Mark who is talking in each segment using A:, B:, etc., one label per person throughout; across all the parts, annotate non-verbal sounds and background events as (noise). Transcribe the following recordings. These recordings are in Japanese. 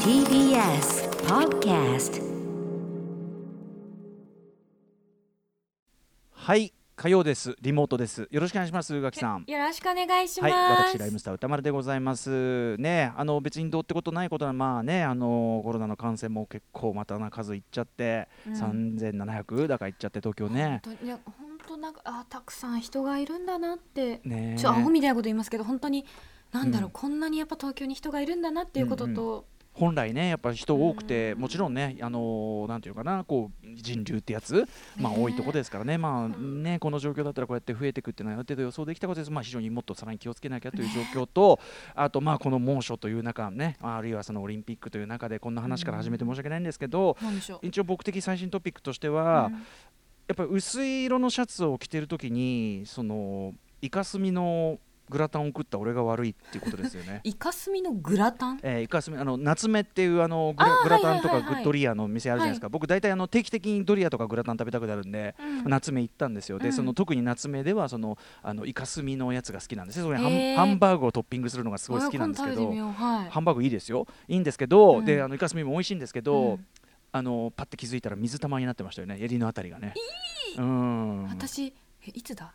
A: TBS Podcast
B: はい火曜ですリモートですよろしくお願いします宇垣さん
C: よろしくお願いしま
B: は
C: す。
B: い私ライムスター歌丸でございますねあの別にどうってことないことはまあねあのコロナの感染も結構またな数いっちゃって、
C: うん
B: 3700だからいっちゃって東京ね
C: 本当にいや本当なんかあたくさん人がいるんだなって、
B: ね
C: ちょっとアホみたいなこと言いますけど本当になんだろう、
B: うん
C: こんなにやっぱ東京に人がいるんだなっていうことと、
B: 本来ねやっぱ人多くて、
C: うん
B: もちろんねあのーなんていうかなこう人流ってやつまあ
C: ねえ
B: 多いとこですからねまあねこの状況だったらこうやって増えてくっていうのはある程度予想できたことですまあ非常にもっとさらに気をつけなきゃという状況と、あとまあこの猛暑という中ねあるいはそのオリンピックという中でこんな話から始めて申し訳ないんですけど、
C: なんでしょう。
B: 一応僕的最新トピックとしては、
C: うん
B: やっぱり薄い色のシャツを着てる時にそのイカスミのグラタンを食った俺が悪いっていうことですよね。
C: イカスミのグラタン。
B: えー、イカスミあの夏目っていうあのグ
C: あ
B: ラ
C: ー
B: グラタンとか
C: は
B: グ
C: いはいはいはい
B: ッドリアの店あるじゃないですか、僕大体あの定期的にドリアとかグラタン食べたくなるんで、
C: うん
B: 夏目行ったんですよで、
C: うん
B: その特に夏目ではそのあのイカスミのやつが好きなんですよそれハン
C: へー
B: ハンバーグをトッピングするのがすごい好きなんですけ
C: あ今度食
B: ど
C: べてみようはい。
B: ハンバーグいいですよいいんですけど、
C: うん
B: であのイカスミも美味しいんですけど、
C: うん
B: あのパッて気づいたら水玉になってましたよね襟のあたりがね。うん
C: 私えいつだ。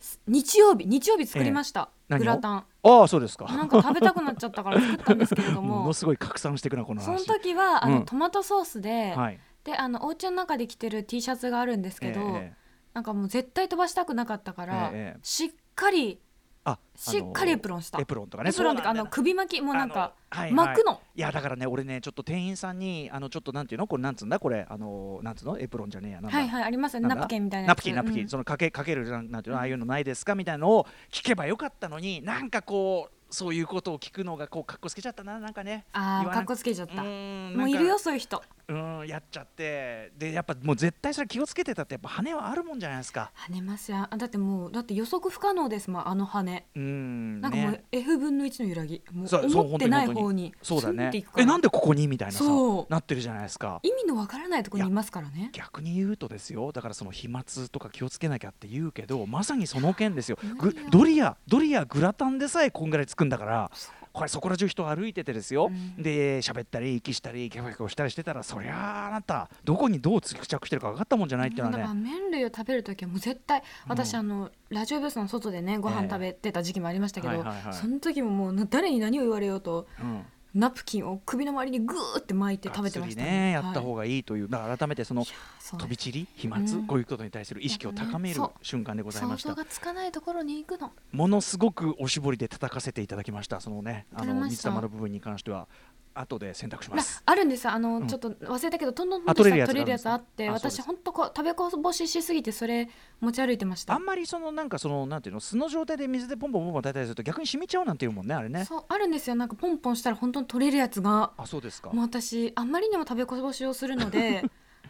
C: す日曜日日曜日作りました、
B: え何を
C: グラタン。
B: ああそうですか
C: なんか食べたくなっちゃったから作ったんですけれ
B: (laughs)
C: ど
B: も
C: も
B: の。すごい拡散していくなこの
C: その
B: 話。
C: 時はあの、
B: うん
C: トマトソースで、
B: はい、
C: であのお家の中で着てる T シャツがあるんですけど、
B: ええ
C: なんかもう絶対飛ばしたくなかったから、
B: ええ
C: しっかり
B: あ
C: しっかりエプ
B: ロ
C: ロンした
B: エプロンとかね
C: エプロンとか
B: そ
C: あ
B: うなんだよ
C: の首巻きもうなんか
B: あのはい
C: 巻くの、
B: いやだからね俺ねちょっと店員さんにあのちょっとなんていうのこれなんつうんだこれあのなんつうのエプロンじゃねえやなんだ
C: はいはいありますよね
B: なんだ
C: ナプキンみたいな
B: ナ
C: やつ
B: プキンナプキン、
C: うん
B: そのかけかけるなんなんていうのああいうのないですかみたいなのを聞けばよかったのになんかこうそういうことを聞くのがこうかっこつけちゃったななんかね
C: あ
B: 言
C: あ
B: わ
C: か
B: な
C: っこつけちゃっ
B: う
C: た
B: ーん
C: もうい
B: なんか
C: るよそういう人
B: うーんやっちゃってでやっぱもう絶対それ気をつけてたってやっぱ羽はあるもんじゃないですか
C: 跳ねますよあだってもうだって予測不可能ですもんあの羽ね
B: うーん
C: なんかもう
B: ね
C: F 分の1の揺らぎも
B: そう
C: う
B: そう
C: 思ってない
B: 本当に
C: 方に
B: そうだ
C: スンっ
B: ね
C: ていくから
B: えなんでここにみたいなさ
C: そう
B: なってるじゃないですか
C: 意味のわからないところにいますからね
B: 逆に言うとですよだからその飛沫とか気をつけなきゃって言うけどまさにその件ですよぐ
C: 何よ
B: ドリアドリアグラタンでさえこんぐらいつくんだから
C: そう
B: これそこら中人歩いててですよ、
C: うん
B: で喋ったり息したりキャフキャフしたりしてたらそりゃああなたどこにどう付着してるか分かったもんじゃないっていう
C: だ
B: の
C: か
B: は
C: ら
B: ね
C: 麺類を食べる時はもう絶対私、
B: うん
C: あのラジオブースの外でねご
B: ええ
C: 飯食べてた時期もありましたけ
B: は
C: ど、
B: いはいはい
C: その時ももうな誰に何を言われようと
B: うん
C: ナプキンを首の周りにグーって巻いて食べてました
B: がっつりねやった
C: はい
B: 方がいいという、だから改めてその
C: いやそう
B: 飛び散り飛沫、
C: うん
B: こういうことに対する意識を高める
C: そう
B: 瞬間でございました
C: 想像がつかないところに行くの
B: ものすごくおしぼりで叩かせていただきましたそのねあの
C: 取れました
B: 水玉の部分に関しては後で選択しま
C: な
B: す
C: あるんですよあの、
B: ん
C: ちょっと忘れたけどトントント
B: あ
C: ンと
B: 取れるや
C: し
B: つがあ
C: た取
B: る
C: れ
B: ん
C: る
B: で
C: や
B: す
C: つ
B: ね
C: あって
B: あそうです
C: 私本当こう食べこぼししすぎてそれ持ち歩いてまし
B: あ
C: た
B: んまりそのなんかそのなんていうの素の状態で水でポンポンポンポン叩いたりすると逆に染みちゃうなんていうもんねあれね
C: そうあるんですよなんかポンポンしたら本当に取れるやつが
B: あそうですか
C: もう私あんまりにも食べこぼしをする
B: (laughs)
C: ので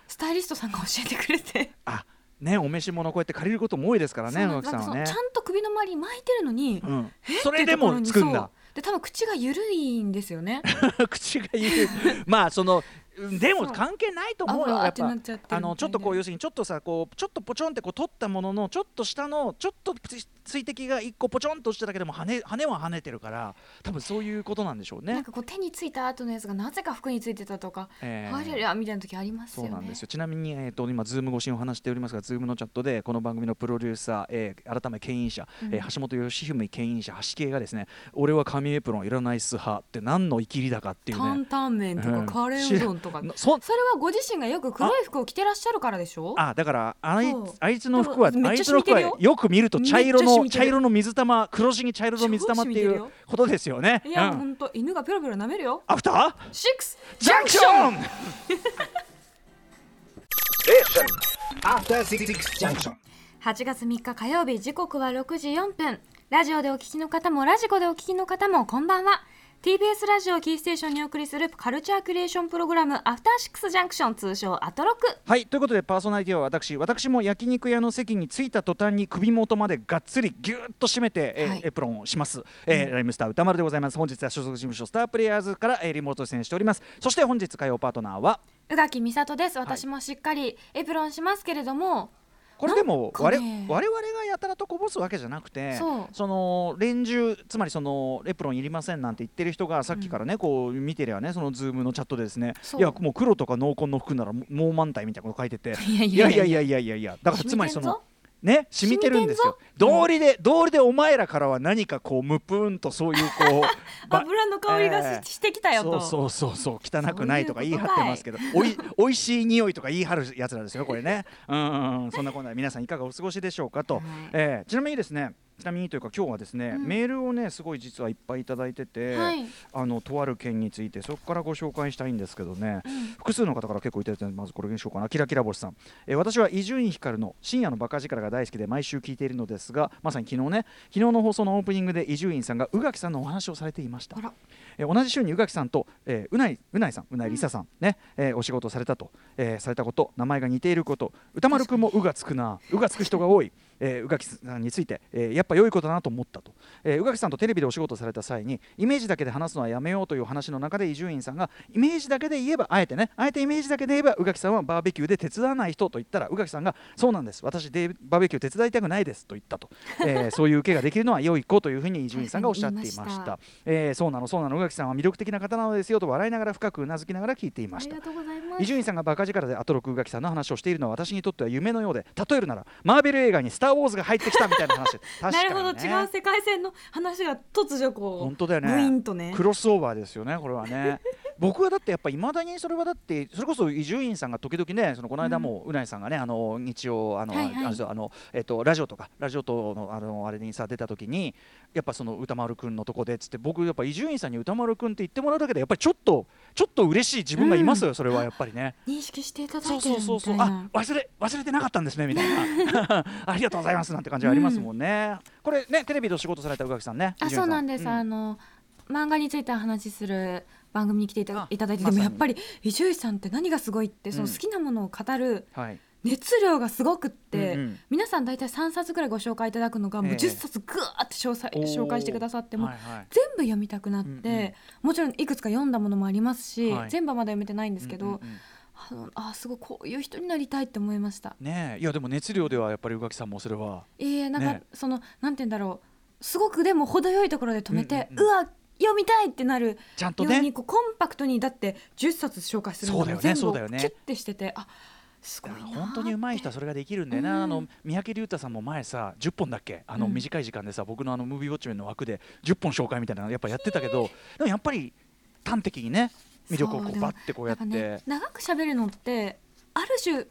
C: スタイリストさんが教えてくれて
B: あねお召し物こうやって借りることも多いですからね
C: そうな
B: 野
C: んで
B: 垣
C: す
B: さんはね
C: なんかそのちゃんと首の周りに巻いてるのに、
B: うん
C: え
B: それでもつくんだ
C: ってところにそうで多分口が緩いんですよね
B: 口が言うまあそのうんでも
C: (laughs) そう
B: 関係ないと (laughs) 思う
C: あう
B: よ
C: わ
B: やっ
C: ってな
B: ぱ
C: っちゃってる
B: あのちょっとこう
C: みたいな
B: 要するにちょっとさこうちょっとポチョンってこう取ったもののちょっと下のちょっとつ水滴が一個ポチョンとしただけでも跳ね跳ねは跳ねてるから多分そういうことなんでしょう
C: なん
B: ね。
C: かこう手についた後のやつがなぜか服についてたとか、
B: えー
C: ありゃりゃみたいな時あります
B: そ
C: よ
B: う
C: ね
B: なんですよちなみに、えー、と今、ズーム越しにお話しておりますが、ズームのチャットで、この番組のプロデューサー、えー改め牽引者、
C: うん
B: えー橋本義文牽引者、橋系がですね、俺は紙エプロンいらないっす派って、何のいきりだかっていうね、
C: 担々麺と
B: う
C: か
B: ん
C: カレーうどんとか、
B: なそん
C: それはご自身がよく黒い服を着てらっしゃるからでしょ
B: あだからあい
C: そう
B: あいつの服は
C: でも
B: あ
C: めっ
B: い
C: ちゃ
B: つの
C: 染みて
B: 服
C: る
B: は
C: よ
B: よく見ると茶色の
C: めっちゃ染みて
B: 茶
C: る
B: 色の水玉黒地に茶色の水玉ってい
C: 超染みてる
B: う
C: よ
B: ことですよね。
C: いや、
B: うん
C: ほんと犬がペロペロ舐めるよ
B: アフター
C: シックス
B: ジャンクション
D: After Six Junction.
C: 8月3日火曜日時刻は6時4分ラジオでお聞きの方もラジコでお聞きの方もこんばんは TBS ラジオをキーステーションにお送りするカルチャークリエーションプログラムアフターシックスジャンクション通称アトロク
B: はいということでパーソナリティは私私も焼肉屋の席に着いた途端に首元までがっつりぎゅーっと締めて、えー
C: はい
B: エプロンをします、えーライムスター歌丸でございます本日は所属事務所スタープレイヤーズから、えーリモート出演しておりますそして本日火曜パートナーは
C: 宇垣美里です私もしっかりエプロンしますけれども、
B: これでも我,、
C: なんかね
B: 我々がやたらとこぼすわけじゃなくて
C: そう
B: の連中つまりそのエプロンいりませんなんて言ってる人がさっきからね、こう見てりゃねそのズームのチャットでですね
C: そう
B: いやもう黒とか濃紺の服ならもうもう満タイみたいなこと書いてて
C: いやい
B: いや
C: やい
B: いや
C: やい
B: いやいや
C: や
B: いやいやだからつまりそのね染みてるんですよ
C: 染みてんぞ
B: 道理で道理でお前らからは何かこうむぷんとそういうこうば
C: (laughs) 油の香りがし,、
B: ええ
C: してきたよ
B: そ
C: と
B: うそうそうそう汚くないとか
C: そう
B: 言
C: い
B: いう
C: こ
B: 張
C: と
B: っ
C: かい
B: てますけどおい (laughs) おいしい匂いとか言い張るやつらですよこれねうんうん、うん、そんなこんなで皆さんいかがお過ごしでしょうかと、
C: はい
B: えーちなみにですねちなみにというか今日はですね、
C: うん
B: メールをねすごい実はいっぱいいただいてて、
C: はい
B: あのとある件についてそこからご紹介したいんですけどね、
C: うん
B: 複数の方から結構いただいてるんでまずこれにしようかなキラキラ星さん、えー私は伊集院光の深夜のバカ力が大好きで毎週聞いているのですがまさに昨日ね昨日の放送のオープニングで伊集院さんが宇垣さんのお話をされていました
C: あら
B: えー同じ週に宇垣さんと、えーうないうないさんうないりささんね、えーお仕事されたと、えーされたこと名前が似ていること歌丸くんもうがつくなうがつく人が多い、えー、宇垣さんについて、えーやっぱ良いことだなと思ったと、えー、宇垣さんとテレビでお仕事された際にイメージだけで話すのはやめようという話の中で伊集院さんがイメージだけで言えばあえてねあえてイメージだけで言えば宇垣さんはバーベキューで手伝わない人と言ったら宇垣さんがそうなんです私でバーベキュー手伝いたくないですと言ったと、えーそういう受けができるのは良い子というふうに伊集院さんがおっしゃっていまし
C: 確かに言いました
B: たえーそうなのそうなの宇垣さんは魅力的な方なのですよと笑いながら深くうなずきながら聞いていま
C: あ
B: し
C: り
B: た
C: がとうございま
B: 伊
C: す
B: 集院さんがバカ力でアトロク宇垣さんの話をしているのは私にとっては夢のようで例えるならマーベル映画に「スター・ウォーズ」が入ってきたみたいな話確かに、
C: な
B: ね、
C: るほど違う世界線の話が突如こう
B: 本当だよね
C: ブイーンとね
B: クロスオーバーですよねこれは
C: (laughs)
B: ね僕はだってやっぱいまだにそれはだってそれこそ伊集院さんが時々ねそのこの間もうないさんがねあの日曜あの、
C: はいはい
B: あれですよあのえっとラジオとかラジオとのあのあれにさ出た時にやっぱその歌丸くんのとこでっつって僕やっぱ伊集院さんに歌丸くんって言ってもらうだけでやっぱりちょっとちょっと嬉しい自分がいますよ、それはやっぱりね。
C: 認識していただ
B: そ
C: いうてる
B: そう
C: み
B: そう
C: た
B: そうあ
C: いな
B: 忘れ忘れてなかったんですねみたい
C: (laughs)
B: なありがとうございますなんて感じはありますもんね、これねテレビでお仕事された宇垣さんね
C: あ
B: 伊集院
C: そ
B: さ
C: うなんです、あの漫画についてお話しする番組に来ていた
B: あ
C: いただいて
B: ま
C: で
B: さ
C: も
B: に
C: やっぱり伊集院さんって何がすごいってその
B: うん
C: 好きなものを語る
B: はい
C: 熱量がすごくって、
B: うんうん
C: 皆さん大体3冊ぐらいご紹介いただくのがもう
B: ええ
C: 10冊ぐわーって詳細、
B: おー
C: 紹介してくださってもう
B: はいはい
C: 全部読みたくなって、
B: うんうん
C: もちろんいくつか読んだものもありますし、
B: はい
C: 全部はまだ読めてないんですけど、
B: うんうんうん
C: あのあすごいこういう人になりたいって思いました。
B: ねえいやでも熱量ではやっぱり宇垣さんもそれは
C: ええなんか、
B: ね
C: そのなんて言うんだろうすごくでも程よいところで止めて、う
B: うんうんう
C: わ読みたいってなる
B: ちゃんと
C: ように
B: ね
C: こうコンパクトにだって10冊紹介するの
B: そうだよね
C: も全部
B: そ
C: を
B: う
C: キ
B: だよ
C: ュ
B: ね
C: ッてしててあすごいなーって
B: 本当に上手い人はそれができるんだよな、あ
C: う
B: の
C: ん
B: 三宅龍太さんも前さ10本だっけあの
C: うん
B: 短い時間でさ、僕のあのムービーウォッチメンの枠で10本紹介みたいなのやっぱやってたけどでもやっぱり端的にね魅力をこ
C: そう
B: う
C: でも
B: バッてこうやって
C: なんかね、長く喋るのってある種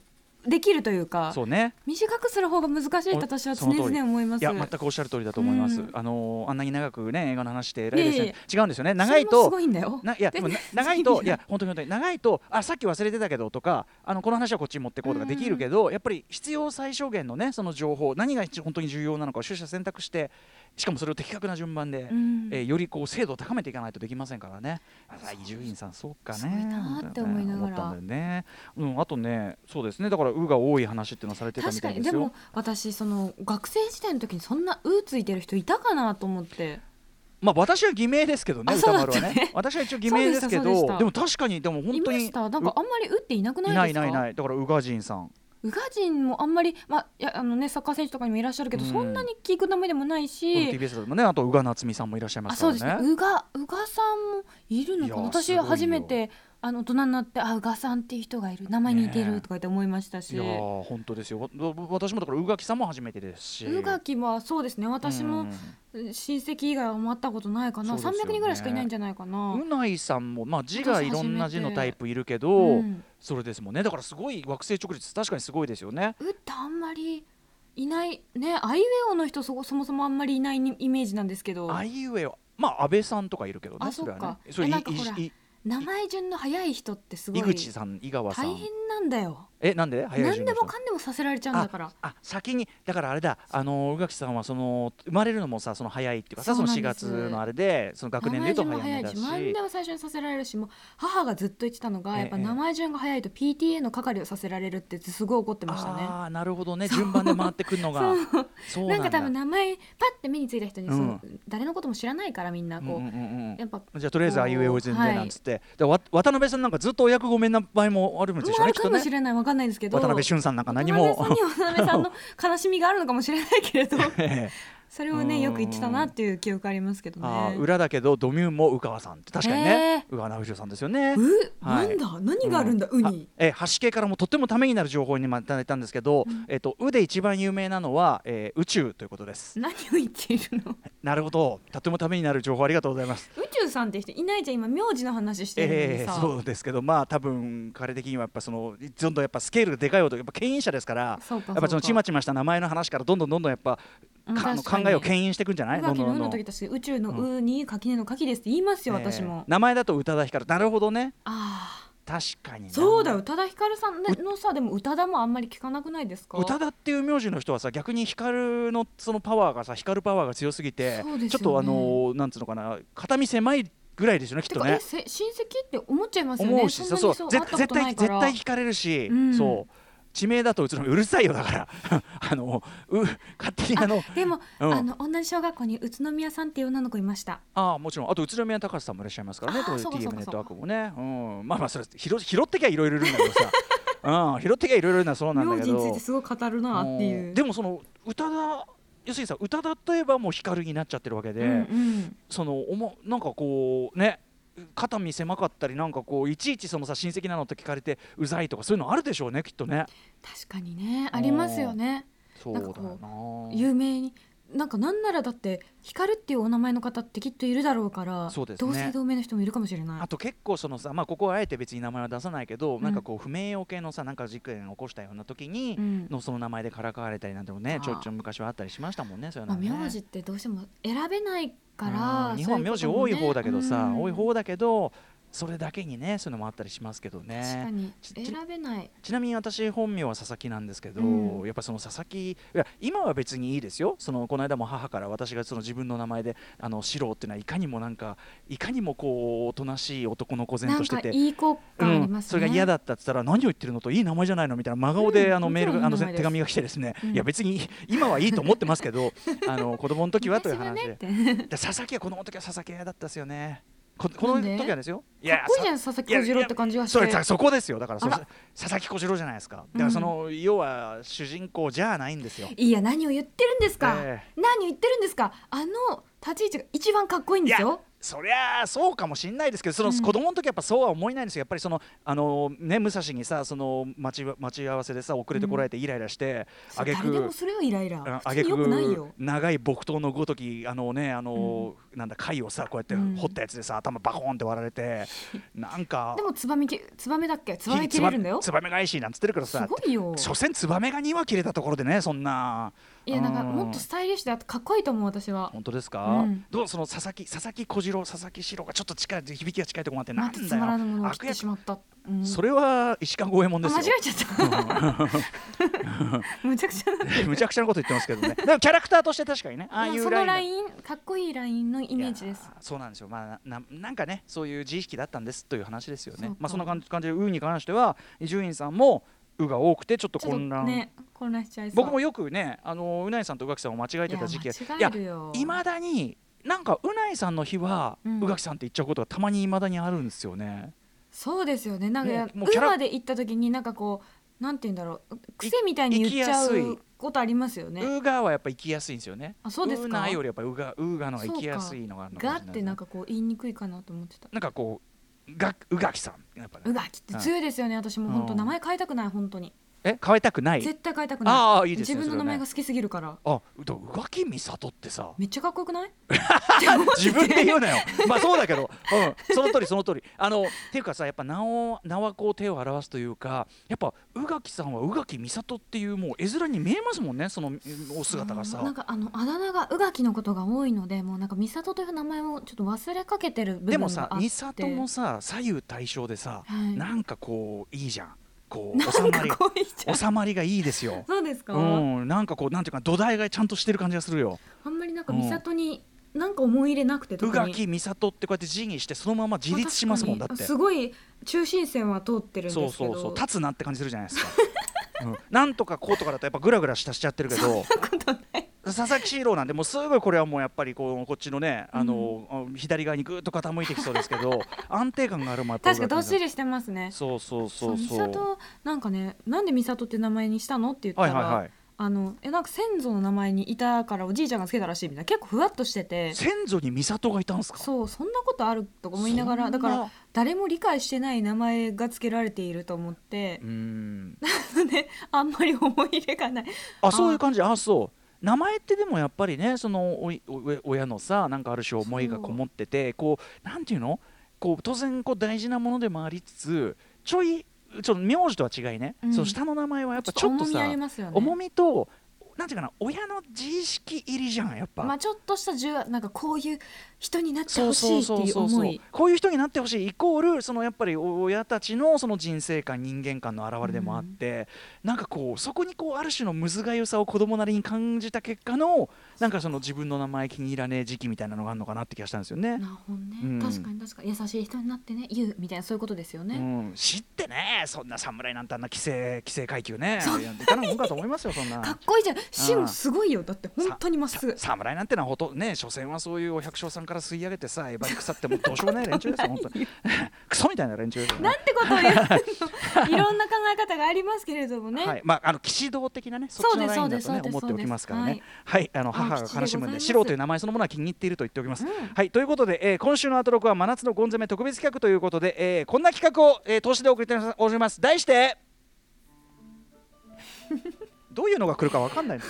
C: できるというか
B: そうね
C: 短くする方が難しいって私は常
B: おその通り
C: 々思います
B: いや全くおっしゃる通りだと思います、
C: うん
B: あのあんなに長くね映画の話して偉いです
C: いえ
B: ね
C: い
B: 違うんですよね長い
C: それもす
B: と
C: ごいんだよ
B: ないやでもな長いといや本当に本当に長いとあさっき忘れてたけどとかあのこの話はこっちに持ってこうとかできるけど、やっぱり必要最小限のねその情報何が一本当に重要なのかを取捨選択してしかもそれを的確な順番で、
C: うん
B: えーよりこう精度を高めていかないとできませんからねあら伊集院さんそうかね
C: すごいなーって思いながら
B: 思ったんだよね、うん、あとねそうですねだから「う」が多い話っていうのはされてたみ
C: 確
B: た
C: か
B: いで
C: に
B: す
C: で
B: よ
C: も私その学生時代の時にそんな「う」ついてる人いたかなと思って
B: まあ私は偽名ですけどね
C: あ
B: 歌丸
C: そ
B: は
C: うだった
B: ね
C: ね
B: 私は一応偽名ですけ
C: そうで
B: ど
C: したそうでした
B: でも確かにでも本
C: い
B: 当
C: ま
B: に
C: したなんかあんまり「う」っていなく
B: う
C: ないい
B: な
C: で
B: い
C: すか
B: ないないだから宇賀神さん
C: 宇賀神もあんまり、まあ、いやあのねサッカー選手とかにもいらっしゃるけど、
B: うん
C: そんなに聞く名前でもな
B: この
C: いし、
B: TBS でもねあと宇賀なつみさんもいらっしゃいま
C: あ
B: す
C: そうです
B: か
C: ね
B: らね
C: 宇賀宇賀さんもいるのかない
B: や
C: 私
B: すごいよ
C: 初めてあの大人になってあ宇賀さんっていう人がいる名前似て
B: ねえ
C: るとかって思いましたし、
B: いやー本当ですよわわ私もだから宇垣さんも初めてですし
C: 宇垣はそうですね私も親戚以外はもう会ったことないかな、
B: そうですよ
C: 300
B: ね
C: 人ぐらいしかいないんじゃないかな。
B: うないさんもまあ字がいろんな字のタイプいるけど、
C: うん
B: それですもんねだからすごい惑星直立確かにすごいですよね
C: うってあんまりいないねアイウェオの人そこそもそもあんまりいないにイメージなんですけど
B: あいうえおまあ安倍さんとかいるけどね
C: あ
B: それは
C: そ
B: ね
C: っか
B: それ
C: え
B: い
C: なんかほら
B: いい
C: 名前順の早い人ってすごい
B: 井口さん井川さ
C: 大
B: ん
C: 変なんだよ
B: えなんで早い
C: 何
B: 順
C: で
B: の
C: も
B: 人
C: かんでもさせられちゃうんだから
B: あ先にだからあれだあの宇垣さんはその生まれるのもさその早いっていうかさ
C: そ
B: そうの
C: なん
B: 4
C: です
B: 月のあれでその学年でいうと
C: 名前
B: 早め
C: 順も早い
B: だ
C: し
B: し
C: 何でも最初にさせられるしもう母がずっと言ってたのが、
B: ええ
C: やっぱ名前順が早いと PTA の係をさせられるってすごい怒ってましたね。
B: ああなるほどね順番で回ってくるのがそう
C: なん
B: だ
C: か多分名前パって目についた人にその、
B: う
C: 誰のことも知らないからみんなこう、
B: うんうんうん
C: やっぱ
B: うんじゃあとりあえずあいうえお順で
C: はい
B: なんつって、でわ渡辺さんなんかずっとお役ごめんな場合もあるんでしょう
C: もうあ
B: ね
C: る
B: きっと
C: かもし
B: ね
C: れないわかんないですけど
B: 渡辺俊さんなんか何も
C: 渡辺さんに渡辺さんの悲しみがあるのかもしれないけれど
B: (laughs) ええ
C: それをねよく言ってたなっていう記憶ありますけど
B: あ
C: ね
B: ー。裏だけどドミューンも宇川さんって確かにね、宇川直弘さんですよね。
C: う
B: は
C: ないんだ何があるんだ、
B: うん
C: ウニ。
B: はえー橋系からもとってもためになる情報にまいただいたんですけど、えっとうで一番有名なのは、えー宇宙ということです。
C: 何を言っているの
B: なるほど、とってもためになる情報ありがとうございます。
C: (laughs) 宇宙さんって人いないじゃん今名字の話してるのに
B: ええ
C: さ、
B: そうですけど、まあ多分彼的にはやっぱそのどんどんやっぱスケールがでかいほどやっぱ牽引者ですから、
C: そうか
B: やっぱそ
C: そう
B: の
C: か
B: ちまちました名前の話からどんどんどんどんやっぱ、
C: うん
B: かあの
C: 確か
B: 考
C: に
B: えを牽引していくんじゃない？
C: 宇垣
B: ど
C: の
B: ん
C: 「う」
B: どん
C: の
B: どん
C: 時として宇宙の「う」に垣根の垣ですって言いますよ、私
B: えー
C: も。
B: 名前だと宇多田ヒカル、なるほどね、
C: ああ
B: 確かにな。
C: そうだよ宇多田ヒカルさんねのさでも宇多田もあんまり聞かなくないですか
B: 宇多田っていう名字の人はさ逆に光のそのパワーがさ光るパワーが強すぎて
C: そうですよね
B: ちょっとあのなんつうのかな肩身狭いぐらいですよねきってと
C: か、
B: ね
C: え。せ親戚って思っちゃいますよね
B: 思うし
C: そんな
B: そ
C: に
B: う
C: そう
B: ぜ
C: 会ったこ
B: 絶
C: とな
B: 対
C: いか
B: 絶
C: ら
B: 対惹かれるし、
C: うん
B: そう地名だとうちのうるさいよだから (laughs) あのう勝手にあの
C: でも、
B: うん
C: あの同じ小学校に宇都宮さんっていう女の子いました
B: ああもちろんあと宇都宮隆さんもいらっしゃいますからね
C: あー
B: こういう
C: そうかそ
B: TM
C: うか
B: ネット
C: そうか
B: ワークもね、うん、まあまあそれ拾拾ってきゃいろいろいるんだけどさ、うん、 (laughs) 拾ってきゃいろいろいるのはそうなんだ
C: 名
B: け
C: 字
B: ど
C: についてすごい語るなっていううん
B: でもその宇多田要するにさ宇多田といえばもう光になっちゃってるわけで、
C: うんうん
B: そのおもなんかこうね肩身狭かったりなんかこういちいちそのさ親戚なのって聞かれてうざいとかそういうのあるでしょうねきっとね。
C: 確かにねありますよね
B: そうだ
C: な
B: よ
C: んかこう
B: な
C: 有名になんかなんならだって光るっていうお名前の方ってきっといるだろうから
B: そうですね
C: 同姓同名の人もいるかもしれない
B: あと結構そのさまあここはあえて別に名前は出さないけど、
C: ん
B: なんかこう不名誉系のさなんか事件を起こしたような時に、
C: うん
B: のその名前でからかわれたりなんても
C: あ
B: ね
C: ー
B: ちょいちょい昔はあったりしましたもんねそういう
C: ま
B: の
C: あ、
B: はね。
C: 名字ってどうしても選べないから、
B: うん日本は名字多い方だけどさ、多い
C: だ
B: 方だけどそれだけにねそういうのもあったりしますけどね。
C: 確かに
B: ちち
C: 選べない
B: ちなみに私本名は佐々木なんですけど、
C: うん
B: やっぱその佐々木いや今は別にいいですよそのこの間も母から私がその自分の名前であの四郎っていうのはいかにもなんかいかにもこうおとなしい男の子然
C: な
B: と
C: ん
B: して
C: か
B: て。
C: いい効
B: う
C: 果あり
B: ん、
C: ますね、
B: それが嫌だったって言ったら何を言ってるのといい名前じゃないのみたいな真顔で、
C: うん
B: あのメー
C: もちろ
B: ル
C: ん
B: あの
C: いい名
B: せ
C: 前です
B: 手紙が来てですね、
C: うん
B: いや別に今はいいと思ってますけ
C: (laughs)
B: どあの子供の時はという話
C: 昔はね
B: で
C: っ、て
B: で佐々木は子供の時は佐々木が嫌だったですよねここ
C: な
B: の
C: んで
B: 時はですよい
C: かっこいいじゃん
B: さ
C: 佐々木小次郎って感じがして
B: それさそこですよだからそ
C: あら
B: 佐々木小次郎じゃないですかだからその、要は主人公じゃないんですよ
C: いや何を言ってるんですか、
B: え
C: 何を言ってるんですかあの立ち位置が一番かっこいいん
B: い
C: で
B: や
C: すよ
B: そりゃあそうかもしれないですけどその、
C: うん
B: 子供の時やっぱそうは思えないんですよやっぱりそのあのね武蔵にさその待ち待ち合わせでさ遅れてこられてイライラして、あげ
C: 誰でも
B: く
C: それはイライラ
B: あ
C: 普通
B: げ
C: に良くないよ
B: く長い木刀のごときあのねあの、なんだ貝をさこうやって掘ったやつでさ、頭バコーンって割られてなんか
C: でもツバメきツバメだっけツバメ切れるんだよ
B: ツバメがいいしなんつってるから
C: す
B: さ
C: ごいよ
B: 所詮ツバメが2羽切れたところでねそんない
C: やなんかもっと
B: うん
C: スタイリッシュであとかっこいいと思う私は
B: 本当ですか、
C: うん
B: どうその佐々木佐々木小次郎佐々木四郎がちょっと近い響きが近いところもあってな
C: ま
B: ん
C: た
B: だ
C: つまらぬもの
B: よ
C: を切ってしまった、うん
B: それは石川五右衛門
C: あ
B: です
C: 間
B: よ
C: 違えちゃった。むちゃくち (laughs) ゃな。
B: むちゃくちゃなこと言ってますけどねでもキャラクターとして確かにねああ
C: い
B: い
C: や
B: う
C: そ
B: ライ
C: の
B: ン
C: ライン、かっこいいラインのイ
B: い
C: メ
B: や
C: ージです。
B: そうなんですよまあななんかねそういう自意識だったんですという話ですよ
C: そ
B: ね
C: うか
B: まあそんな感じ感じでウーに関しては伊集院さんもウが多くてちょっと
C: ちょっと
B: 混乱
C: ね、混乱しちゃいそう。
B: 僕もよくねあのうないさんと宇垣さんを間違えてた時期
C: い
B: や
C: や間違えるよ
B: いまだになんかうないさんの日は
C: うん
B: 宇垣さんって言っちゃうことがたまにいまだにあるんですよね。
C: そうですよね。なん
B: も
C: か
B: うもうキャラ
C: ウマで行った時になんかこうなんて言うんだろう、癖みたいに言っち
B: 行き
C: ゃ
B: や
C: う
B: すい
C: ことありますよね。
B: ウーガーはやっぱ行きやすいんですよね。
C: あそうですか
B: ウーナーよりやっぱウーガーウーガーの方が行きやすいのがあるのかも
C: が
B: し
C: っ
B: れない
C: てなんかこう言いにくいかなと思ってた。
B: なんかこうが宇垣さんやっぱ、
C: う
B: ね、
C: がきって強いですよね。私も本
B: う
C: 当
B: ん
C: 名前変えたくない本当に。
B: え変えたくない
C: 絶対変えたくない。
B: ああいいです
C: 自
B: ね
C: 分の名前
B: それは
C: が
B: ね
C: 好きすぎるから。
B: あうと宇垣美里って
C: (laughs)
B: さ
C: めっちゃかっこよくない？って思ってて
B: 自分で言うな
C: (laughs)
B: よまあそうだけど、うん、その通りその通りあのっていうかさやっぱ名を名はこう手を表すというかやっぱ宇垣さんは宇垣美里っていうもう絵面に見えますもんねそのお姿がさ
C: うんなんかあのあだ名がうがきのことが多いのでもうなんか美里という名前をちょっと忘れかけてる部
B: で
C: 分があ
B: も
C: って
B: さ美里もさ左右対称でさ、
C: はい
B: なんかこういいじゃんこう
C: な
B: 収
C: ん
B: まり
C: かこういっちゃう
B: 収まりがいいですよ。
C: そうですか、
B: うん、なんかこうなんていうか土台がちゃんとしてる感じがするよ。
C: あんまりなんか美里になんか思い入れなくて
B: 宇
C: 特に
B: 垣美里ってこうやって字にしてそのまま自立しますもんだ
C: あ
B: って。
C: すごい中心線は通ってるん
B: そ
C: で
B: う
C: すけ
B: そ
C: ど
B: うそう立つなって感じするじゃないですか、うん、なんとかこうとかだとやっぱグラグラしたしちゃってるけど
C: そんなことない
B: 佐々木シーローなんでもうすぐこれはもうやっぱりこうこっちのねあの、左側にぐっと傾いてきそうですけど安定感があるもんやっぱ
C: 確かどっし
B: り
C: りしてますね
B: そうそう
C: そ
B: そうう
C: 美
B: そう
C: 里なんかねなんで美里って名前にしたのって言った
B: はい
C: ら、
B: はいはい
C: あのえなんか先祖の名前にいたからおじいちゃんがつけたらしいみたいな結構ふわっとしてて
B: 先祖に美里がいたんですか
C: そうそんなことあるとか思いながら
B: そん
C: だ
B: な
C: から誰も理解してない名前が付けられていると思って
B: うーん
C: ねあんまり思い入れがない
B: あそういう感じあそう名前ってでもやっぱりねそのおいおお親のさなんかある種思いがこもっててこうなんていうのこう当然こう大事なものでもありつつちょいちょっと名字とは違いね、
C: うん
B: その下の名前はやっぱちょっと
C: 重みあ
B: さ
C: りますよね
B: 重みとなんていうかな親の自意識入りじゃんやっぱ、
C: まあちょっとした重なんかこういう人になって
B: そ
C: ほ
B: う
C: し
B: そ
C: いうって
B: そ
C: いうう
B: そうそ
C: 思
B: う
C: い
B: こういう人になってほしいイコールそのやっぱり親たちのその人生観人間観の表れでもあって、なんかこうそこにこうある種のむずがゆさを子供なりに感じた結果のなんかその自分の名前気に入らねえ時期みたいなのがあるのかなって気がしたんですよね。
C: なるほどね、
B: うん
C: 確かに確かに優しい人になってね言うみたいなそういうことですよね、
B: うん、知ってねそんな侍なんてあんな規制規制階級ねやっていかないもんかと思いますよそんな。
C: かっこいいじゃんシンすごいよだって本当にまっすぐ
B: さ侍なんてのはほとね所詮はそういうお百姓さんから吸い上げてさえばり腐ってもうどうしようも (laughs) ない連中ですよ本当にクソみたいな連中ですよね
C: なんてことを言う
B: (laughs)
C: のいろんな考え方がありますけれどもね、
B: はい、まああの騎士道的なね、そっ
C: そ
B: ち
C: うで
B: の
C: す
B: ラインだと
C: そう
B: ね
C: です
B: 思っておきますから
C: そうで
B: ね
C: す。
B: はい、あの母
C: 吉
B: が
C: で
B: 悲しむん
C: ございま
B: で、
C: す
B: 素人という名前そのものは気に入っていると言っておきます。
C: うん
B: はい、ということで、えー今週のアトロクは真夏のゴン攻め特別企画ということで、えーこんな企画を、えー、投資で送っております。題
C: (laughs)
B: して、どういうのが来るかわかんないの。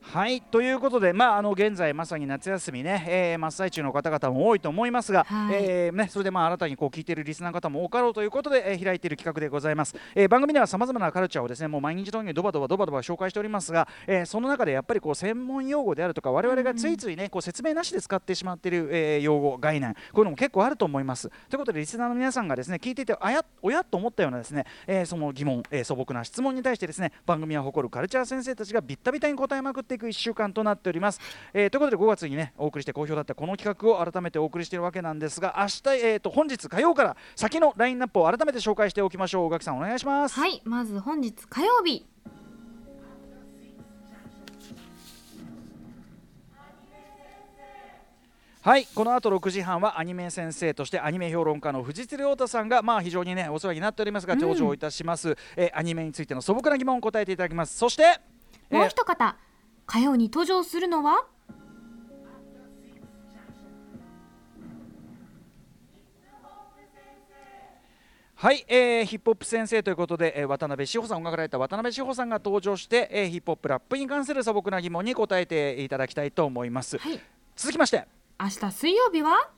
B: はいということで、まあ、あの現在まさに夏休みね、えー真っ最中の方々も多いと思いますが、
C: はい
B: えーね、それでまあ新たにこう聞いているリスナーの方も多かろうということで、えー開いている企画でございます、えー番組ではさまざまなカルチャーをですねもう毎日のようにドバドバドバドバ紹介しておりますが、えーその中でやっぱりこう専門用語であるとか我々がついついねこう説明なしで使ってしまっている、えー用語概念こういうのも結構あると思いますということでリスナーの皆さんがですね聞いていてあやおやと思ったようなですね、えーその疑問、えー素朴な質問に対してですね番組は誇るカルチャー先生たちがビッタビタに答えまくっていく1週間となっております、えーということで5月にねお送りして好評だったこの企画を改めてお送りしているわけなんですが明日、えー、と本日火曜から先のラインナップを改めて紹介しておきましょう小垣さんお願いします
C: はい、まず本日火曜日。
B: はいこの後6時半はアニメ先生としてアニメ評論家の藤鶴太さんがまあ非常にねお世話になっておりますが登場いたします、えーアニメについての素朴な疑問を答えていただきますそしてえー
C: もう一方、火曜に登場するのは。
B: はい、えーヒップホップ先生ということで、えー渡辺志保さん音楽ライター渡辺志保さんが登場して、えーヒップホップラップに関する素朴な疑問に答えていただきたいと思います、
C: はい、
B: 続きまして
C: 明日水曜日は。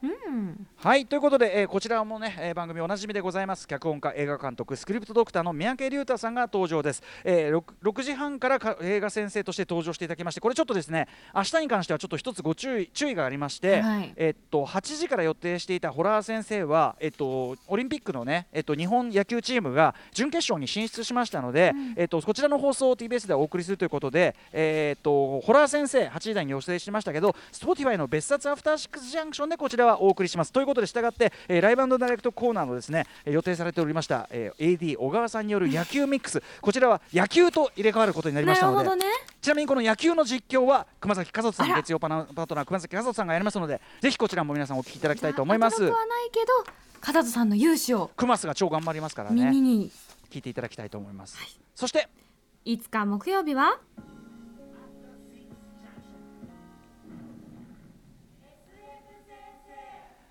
C: うん、
B: はいということで、えーこちらもね、えー番組おなじみでございます脚本家映画監督スクリプトドクターの三宅龍太さんが登場です、え 6, 時半からか映画先生として登場していただきましてこれちょっとですね明日に関してはちょっと一つご注意注意がありまして、
C: はい
B: えっと8時から予定していたホラー先生はえっとオリンピックのねえっと日本野球チームが準決勝に進出しましたので、えっとこちらの放送を TBS ではお送りするということで、えっとホラー先生8時台に予定しましたけど Spotify の別冊アフターシックスジャンクションでこちらはお送りしますということで従って、えーライブダイレクトコーナーのですねえー予定されておりました、えー AD 小川さんによる野球ミックスこちらは野球と入れ替わることになりま
C: な
B: し
C: る
B: た
C: ほ
B: ので
C: どね。
B: ちなみにこの野球の実況は熊崎和人さ
C: あ
B: ん
C: ら
B: 月曜パナパートナー熊崎和人さんがやりますのでぜひこちらも皆さんお聞きいただきたいと思いま
C: まあ
B: す
C: 驚くはないけど、片津さんの勇姿を
B: 熊須が超頑張りますからね
C: 耳に。
B: 聞いていただきたいと思います、そして
C: いつか木曜日は。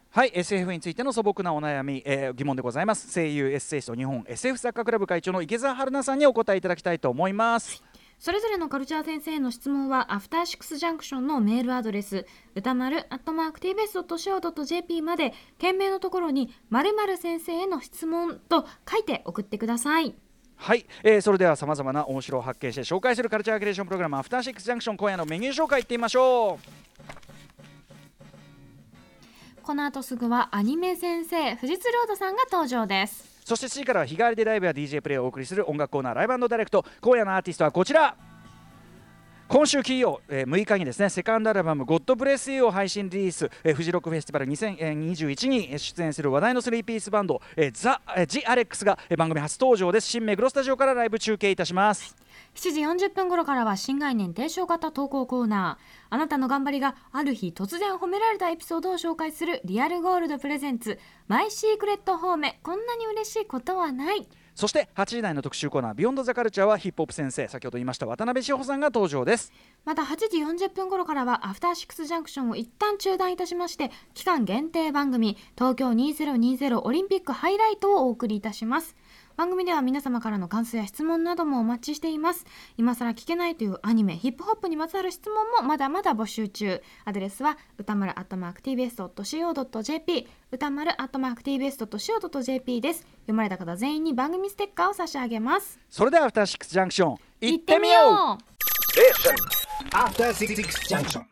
B: はい SF についての素朴なお悩み、えー疑問でございます声優エッセイスト日本 SF 作家クラブ会長の池澤春菜さんにお答えいただきたいと思います
C: それぞれのカルチャー先生への質問はアフターシックスジャンクションのメールアドレス歌丸 @tbs.co.jp まで件名のところに「まる先生への質問」と書いて送ってください
B: はい、えーそれではさまざまな面白を発見して紹介するカルチャークリエーションプログラム「アフターシックスジャンクション」今夜のメニュー紹介いってみましょう
C: この後すぐはアニメ先生藤津亮太さんが登場です
B: そして7時からは日替わりでライブや DJ プレイをお送りする音楽コーナーライブダイレクト今夜のアーティストはこちら今週金曜、えー6日にですねセカンドアルバム「ゴッドブレスユーを配信リリース、えーフジロックフェスティバル2021にえー出演する話題のスリーピースバンド、えーザ・えージ・アレックスが、えー番組初登場です新目黒スタジオからライブ中継いたします、
C: 7時40分頃からは新概念提唱型投稿コーナーあなたの頑張りがある日突然褒められたエピソードを紹介するリアルゴールドプレゼンツマイシークレットホームこんなに嬉しいことはない
B: そして8時台の特集コーナー「ビヨンド・ザ・カルチャー」はヒップホップ先生先ほど言いました渡辺志保さんが登場です
C: また8時40分頃からはアフターシックスジャンクションを一旦中断いたしまして期間限定番組東京2020オリンピックハイライトをお送りいたします番組では皆様からの感想や質問などもお待ちしています今更聞けないというアニメヒップホップにまつわる質問もまだまだ募集中アドレスは歌丸 atmarktvs.co.jp 歌丸 atmarktvs.co.jp です読まれた方全員に番組ステッカーを差し上げます
B: それではアフターシックスジャンクション行
C: 行
B: ってみよう
C: う
D: Station. After Six Junction.